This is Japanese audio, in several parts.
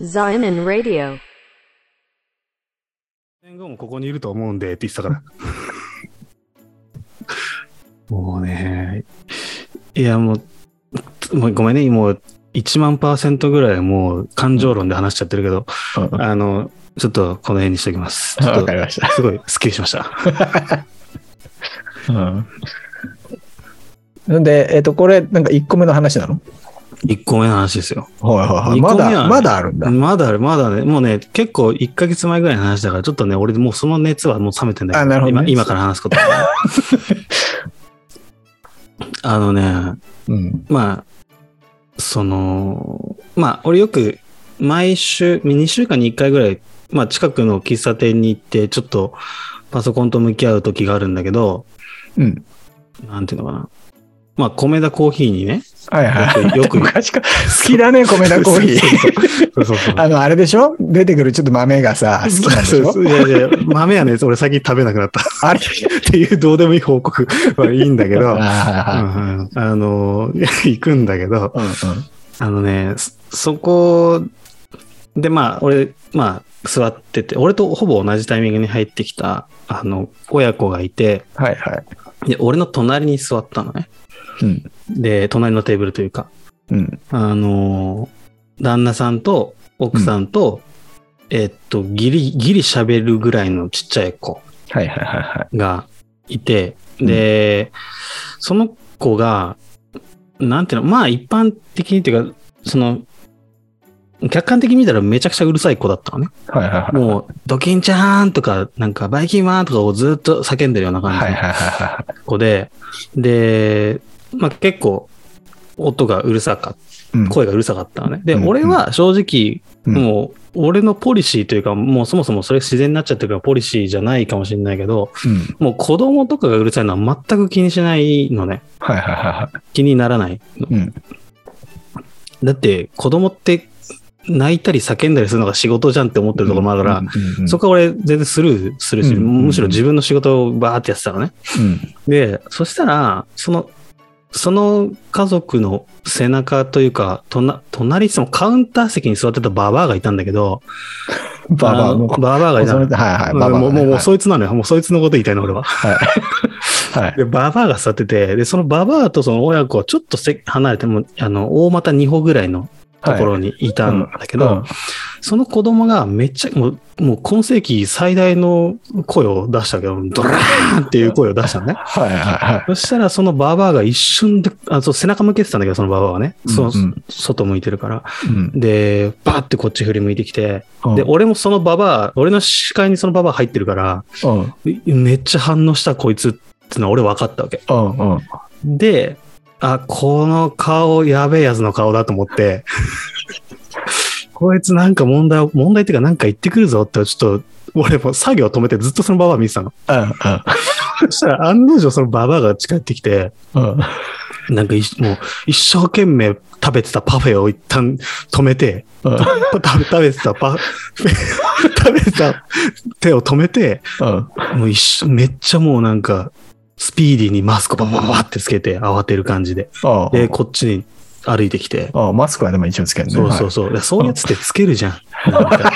Zion Radio. 年後もここにいると思うんでって言ってたから。 もうね、いやもう、もうごめんね、もう1万パーセントぐらいもう感情論で話しちゃってるけど、うんあの、ちょっとこの辺にしとき ます。ちょわっかとりました。すごいスッキリしました。うん。で、えっ、と、これ、なんか1個目の話なの1個目の話ですよ。はいはいはい。二個ま目はねだ、まだあるんだ。まだある、まだね、もうね、結構1ヶ月前ぐらいの話だから、ちょっとね、俺もうその熱はもう冷めてんだけど、あなるほどね今今から話す ことは。あのね、うん。まあ、その、まあ、俺よく毎週、2週間に1回ぐらい、まあ、近くの喫茶店に行って、ちょっとパソコンと向き合う時があるんだけど、うん。なんていうのかな。まあ、米田コーヒーにね、はいはい。よくよく昔から好きだね、米田コーヒー。そうそうそう。あの、あれでしょ出てくるちょっと豆がさ、好きなんでし そうょそういやいや、豆はね、俺最近食べなくな った。あれっていうどうでもいい報告はいいんだけど、うんはあの、行くんだけどい、はい。うんあのね、そそこで、まあ、俺、まあ、座ってて、俺とほぼ同じタイミングに入ってきた、あの、親子がいて、はいはい。で、俺の隣に座ったのね。うん。で、隣のテーブルというか、うん。あの、旦那さんと奥さんと、えっと、ギリ、ギリ喋るぐらいのちっちゃい子はいはいはいはがいて、で、その子が、なんていうの、まあ一般的にっていうか、その、客観的に見たらめちゃくちゃうるさい子だったのね。い。はいはいはい。もう、ドキンちゃーんとか、なんか、バイキンマンとかをずっと叫んでるような感はいじはいはの子で、で、まあ結構、音がうるさかっい。うん声がうるさかったのね。で、うん俺は正直、うんもう、俺のポリシーというか、もうそもそもそれ自然になっちゃってるからポリシーじゃないかもしれないけど、うん。もう子供とかがうるさいのは全く気にしないのね。はいはいは気にならないの。いはい。うん。だって子供って泣いたり叫んだりするのが仕事じゃんって思ってるところもあるから、うんうんうんそこは俺全然スルーするし、うんむしろ自分の仕事をバーってやってたのね。うん。で、そしたら、その、その家族の背中というか、とな隣、そのカウンター席に座ってたババアがいたんだけど、ババあアのの。ババアがいたの。恐れてはいはい。うんババアもう、もう、もうはいそいつなのよ。もう、そいつのこと言いたいの、俺は。はい。で、ババアが座ってて、で、そのババアとその親子はちょっとせ離れても、あの、大股2歩ぐらいのところにいたんだけど、うんその子供がめっちゃ、もう、もう今世紀最大の声を出したけど、ドラーンっていう声を出したのね。はいはいはそしたらそのババアが一瞬で、あそう背中向けてたんだけど、そのババアはね。うんそうん外向いてるから。い。うんで、バーってこっち振り向いてきて、うんで、俺もそのババア、俺の視界にそのババア入ってるから、うんめっちゃ反応したこいつってのは俺分かったわけ。うんうん。はいで、あ、この顔、やべえやつの顔だと思って、こいつなんか問題を、問題っていうかなんか言ってくるぞって、ちょっと、俺も作業止めてずっとそのババア見てたの。そしたら案の定そのババアが近寄ってきて、うんうん。なんかいもう一生懸命食べてたパフェを一旦止めて、うん食べ食べてたパフェ、食べてた手を止めて、うんもう一緒めっちゃもうなんか、スピーディーにマスクババババってつけて慌てる感じで。うんで、こっちに歩いてきて、ああ、マスクはでも一応つけるね。そうそうそう、でそういうやつってつける じゃん。なんか、はい。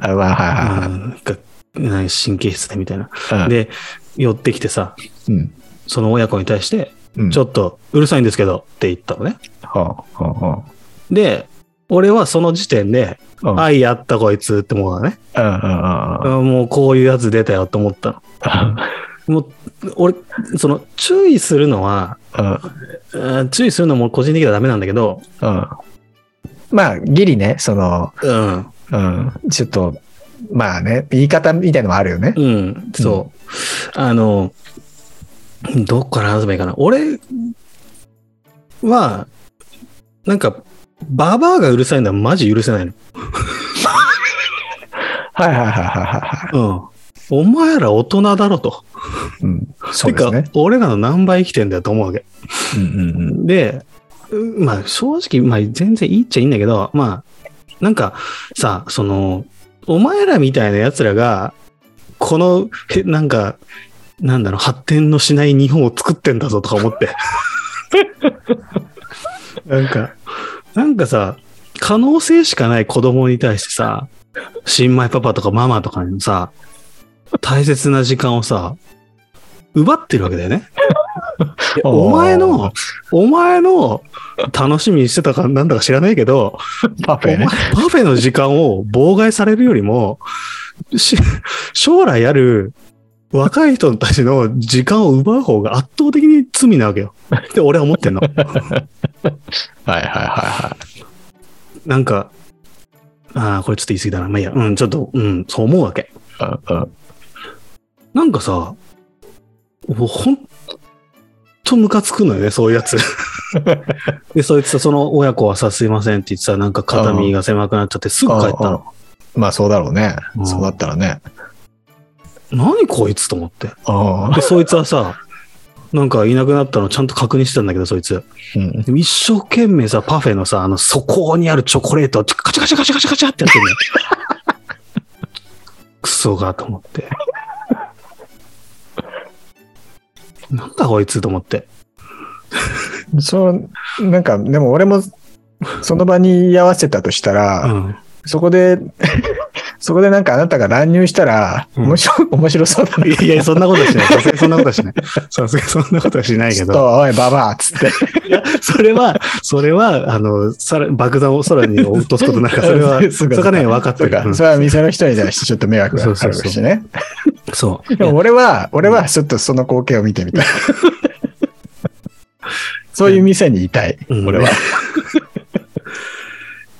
あまあはあーないんかなんか神経質でみたいな。はいはい。で、寄ってきてさ、うん、その親子に対して、うん。ちょっとうるさいんですけどって言ったのね。はあはで、俺はその時点で、あはあ。愛あったこいつって思うのね。うんあもうこういうやつ出たよと思ったの。もう、俺、その、注意するのは、うんうんうんうんうん注意するのも個人的にはダメなんだけど、うんうん。まあ、ギリね、その、うん、うん、ちょっと、まあね、言い方みたいのもあるよね。うん、そう。あの、どこから話せばいいかな。俺は、なんか、ババアがうるさいのはマジ許せないの。はいはいはいはいはうん。お前ら大人だろと。い。うん、そうですねて。か、俺らの何倍生きてんだよと思うわけ。うんうんうん。で、うまあ正直、まあ全然いいっちゃいいんだけど、まあ、なんかさ、その、お前らみたいな奴らが、この、へなんか、なんだろう、発展のしない日本を作って んだぞとか思って。なんか、なんかさ、可能性しかない子供に対してさ、新米パパとかママとかにもさ、大切な時間をさ、奪ってるわけだよね。いやあーお前の、お前の楽しみにしてたかなんだか知らないけど、パフお前ェね。パフェの時間を妨害されるよりも、し将来ある若い人たちの時間を奪う方が圧倒的に罪なわけよ。って俺は思 ってんの。はいはいはいはなんか、ああ、これちょっと言い過ぎだな。まあいいや、うん、ちょっと、うん、そう思うわけ。い。うんうんなんかさ、もうほんとムカつくのよね、そういうや つ。で、そいつさ、その親子はさ、すいませんって言ってさ、なんか肩身が狭くなっちゃって、すぐ帰ったの。うんまあそうだろうねう。んそうだったらね。何こいつと思って。ああで、そいつはさ、なんかいなくなったのちゃんと確認してたんだけど、そいつ。うんでも一生懸命さ、パフェのさ、あの、底にあるチョコレートをカチャカチャカチャカチャカチャってやってるの よ。クソがと思って。なんだこいつと思って。そう、なんか、でも俺も、その場に居合わせたとしたうら、ん。そこで、 そこでなんかあなたが乱入したら、うん面白い、面白そうだね。いやいや、そんなことはしない。さすがにそんなことはしない。 さすがにそんなことはしないけちょっど。と、おい、ババアっつって。それは、それは、あの、さら爆弾を空に落とすことにな るから、それ は、すそぐれがね、分かってそうるかか、ら。それは店の人に対してちょっと迷惑がかかるそうそうしそね。そう。でも俺は、俺はちょっとその光景を見てみたい。そういう店にいたい、うん俺は。い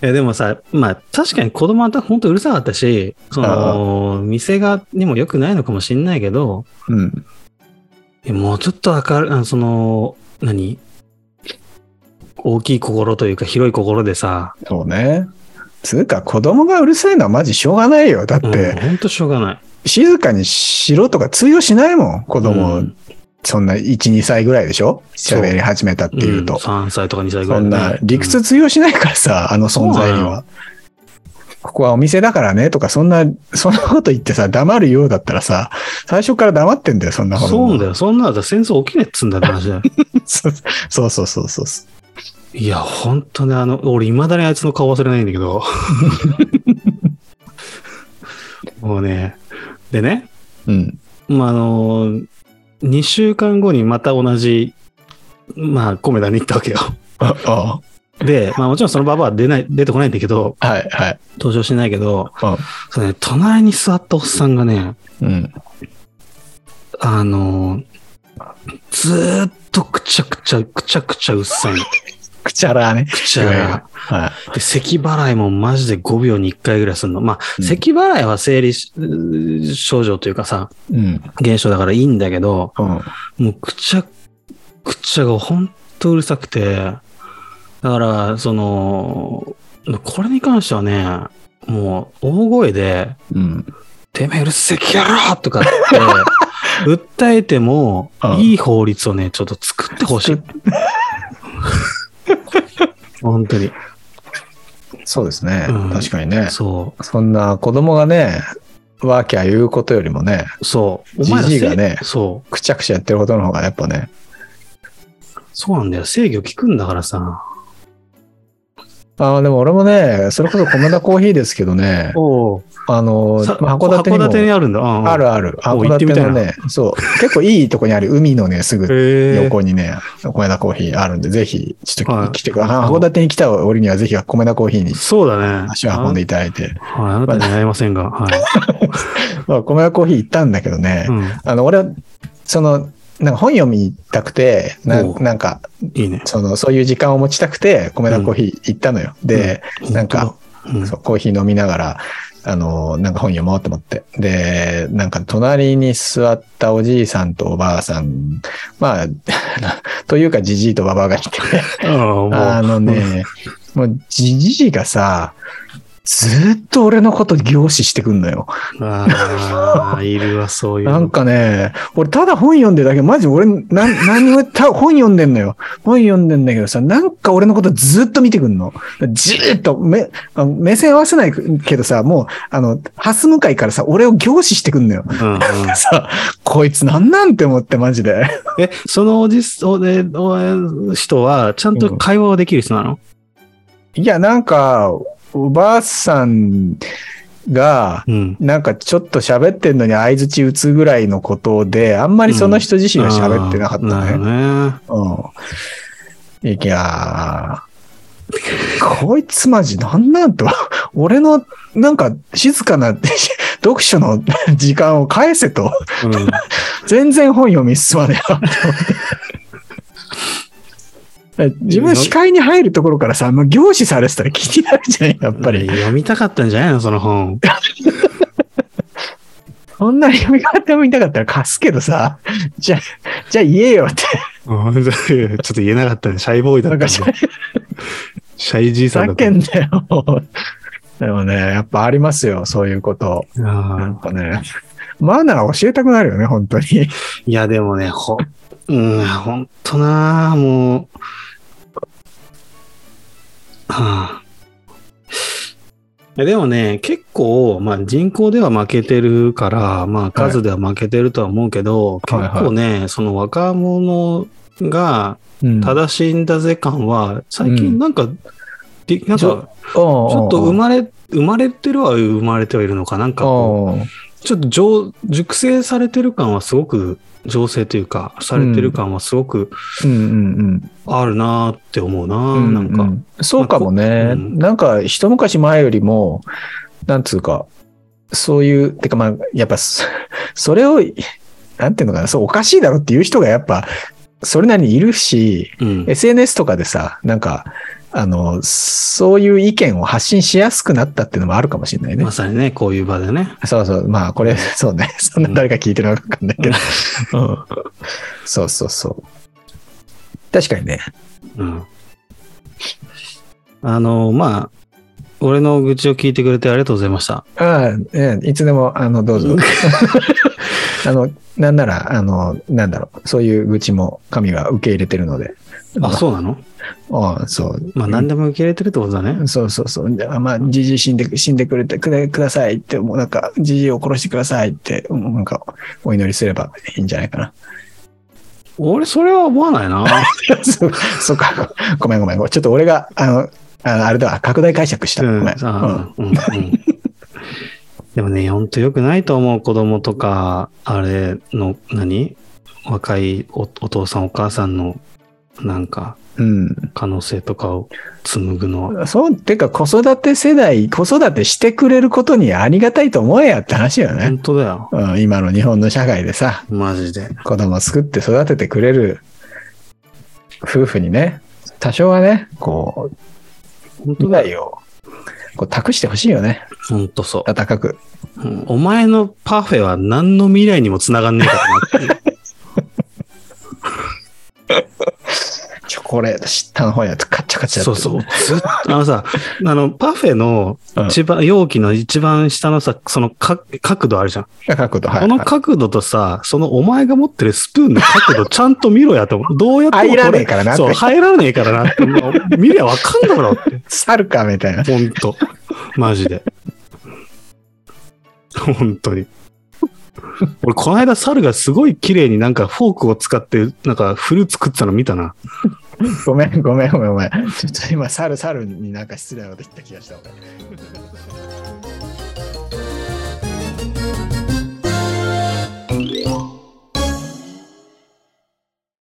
やでもさ、まあ確かに子供は本当うるさかったし、その、店側にも良くないのかもしれないけど、うん。いやもうちょっと明るい、あのその、何大きい心というか広い心でさ、そうね。つうか、子供がうるさいのはマジしょうがないよ。だっうん、て、本当しょうがない。静かにしろとか通用しないもん、子供。うんそんな1、2歳ぐらいでしょそう喋り始めたっていうと。ん3歳とか2歳ぐらそいんだね、な理屈通用しないからさ、あの存在にそうなは。ここはお店だからねとか、そんな、そんなこと言ってさ、黙るようだったらさ、最初から黙ってんだよ、そんうなんこと。そうだよ。そんなのだ戦争起きねえっつうんだって話だよ。そう そうそうそうそうそいや、本当ね、あの、俺、未だにあいつの顔忘れないんだけど。もうね、でね、う。うん。まあ、あの、2週間後にまた同じ、まあ、コメダに行ったわけよ。ああで、まあ、もちろんそのババアは出ない、出てこないんだけど、はいはい。登場しないけど、あそのね、隣に座ったおっさんがね、うん。あの、ずーっとくちゃくちゃ、くちゃくちゃうっさいの。くちゃらね。くちゃが。はで、咳払いもマジで5秒に1回ぐらいするの。まあ、うん咳払いは生理しうー症状というかさ、い。うん。現象だからいいんだけど、うん。もうくちゃくちゃがほんとうるさくて、だから、その、これに関してはね、もう大声で、うん。てめえうるせえきやろとかって、訴えてもうん、いい法律をね、ちょっと作ってほしい。本当に。そうですね。うん確かにね。そう。そんな子供がね、ワーキャー言うことよりもね、そう。ジジイがねせそくちゃくちゃやってることの方がやっぱね、う。そうなんだよ。制御効くんだからさ。、ああ、でも俺もね、それこそ米田コーヒーですけどね おあの、まあ、函館にも函館にあるんだ。うんうんあるある。お函行ってみた館いなのね、そう、結構いいとこにある海のね、すぐへえ。横にね、米田コーヒーあるんで、ぜひ、ちょっはいと来てください。函館に来た俺にはぜひ米田コーヒーにそうだね。足を運んでいただいて、あはい。あなたには会いません が。はい。まあ、米田コーヒー行ったんだけどねう、ん。あの、俺は、その、なんか本読みたくて、なおうなんか、いいね。その、そういう時間を持ちたくて、米田コーヒー行ったのよ。で、なんか、本当だ、うんそうコーヒー飲みながら、あの、なんか本読もうと思って。で、なんか隣に座ったおじいさんとおばあさん、まあ、 というかじじいとばばあがいて、あああ、ものね、もうじじいがさ、ずっと俺のこと凝視してくんのよ。う。ああ、いるわ、そういうの。なんかね、俺ただ本読んでるだけ、マジ俺、 なん、何も、た本読んでんのよ。本読んでんだけどさ、なんか俺のことずっと見てくんの。じーっと、目、あの目線合わせないけどさ、もう、あの、ハス向かいからさ、俺を凝視してくんのよ。うんうんさ、こいつなんなんて思って、マジで。え、そのおじす、おで、お人は、ちゃんと会話はできる人なのいや、なんか、おばあさんが、うん。なんかちょっと喋ってんのに相槌打つぐらいのことで、あんまりその人自身は喋ってなかったあーなるほね。どね。うん。いやー、こいつマジなんなんと、 俺のなんか静かな 読書の 時間を返せと、うん全然本読み進まねえなと思って 自分視界に入るところからさ、もう凝視されてたら気になるじゃないやっぱり。読みたかったん じゃないのその 本。そんな読み方も見たかったら貸すけどさ、じゃあ、じゃあ言えよって。うんちょっと言えなかったね。シャイボーイだ なったんんでか、シふャイじいさんだざったけ。んだよ。でもね、やっぱありますよ、そういうこと。なあんかね、マナー教えたくなるよね、本当に。ーいや、でもね、ほ、うん、ほんとなあもう。はあいやでもね、結構、まあ人口では負けてるから、まあ数では負けてるとは思うけど、はいはい結構ね、その若者がうん正しいんだぜ感は、最近なんか、でなんちかょ、ょちょっと生まれ、生まれてるは生まれてはいるのか、なんかこう、ちょっと上熟成されてる感はすごく、醸成というか、されてる感はすごくうんうんあるなーって思うなうー、ん。なんか。ううそうかもまね。あこうんなんか、一昔前よりも、なんつうか、そういう、てかまあ、やっぱそ、 それを、なんていうのかな、そう、おかしいだろっていう人がやっぱ、それなりにいるし、うん。 SNS とかでさ、なんか、あの、そういう意見を発信しやすくなったっていうのもあるかもしれないねま。さにね、こういう場でね。そうそう。まあ、これ、そうね。 そんな誰か聞いてるのかわかんないけど。うん。そうそうそう。確かにね。うん。あの、まあ、俺の愚痴を聞いてくれてありがとうございました。ああ、ええいつでも、あの、どうぞ。 あの、なんなら、あの、なんだろう。そういう愚痴も神が受け入れてるので。あ、そうなのああ、そう。まあ、何でも受け入れてるってことだね。そうそうそう。であまあ、じじい死んで、死んでくれてくれくださいって、もうなんか、じじいを殺してくださいって、もうなんか、お祈りすればいいんじゃないか な。俺、それは思わないな。そうそうか。ごめんごめん。ちょっと俺が、あの、あのあれだわ、拡大解釈した。うごんめん。あうんうん でもね、ほんと良くないと思う子供とか、あれの、何若いおお父さんお母さんの、なんか、うん。可能性とかを紡ぐのは。うんそう、てか子育て世代、子育てしてくれることにありがたいと思えやって話よね。本当だよ。うん、今の日本の社会でさ、マジで。子供作って育ててくれる夫婦にね、多少はね、こう、本当未だよ。来を、こう、託してほしいよね。ほんとそ温かく。う、うんお前のパフェは何の未来にもつながんねえから なっていう。チョコレート、下の方やとカッチャカチャやってそうるそう。ずっとあのさ、あの、パフェのうん一番、容器の一番下のさ、そのか角度あるじゃん。角度、はい、この角度とさ、そのお前が持ってるスプーンの角度ちゃんと見ろやと 思う。どうやっても入らこれねえからなってそう、入らねえからなって。もう見りゃわかんだろうっ猿かみたいな。て。 ほんと。マジで。ほんとに。俺、この間猿がすごい綺麗になんかフォークを使って、なんかフルーツ食ってたの見たな。ごめん、ごめん、ごめん、ごめん。ちょっと今、猿、猿になんか失礼なこと言った気がした。俺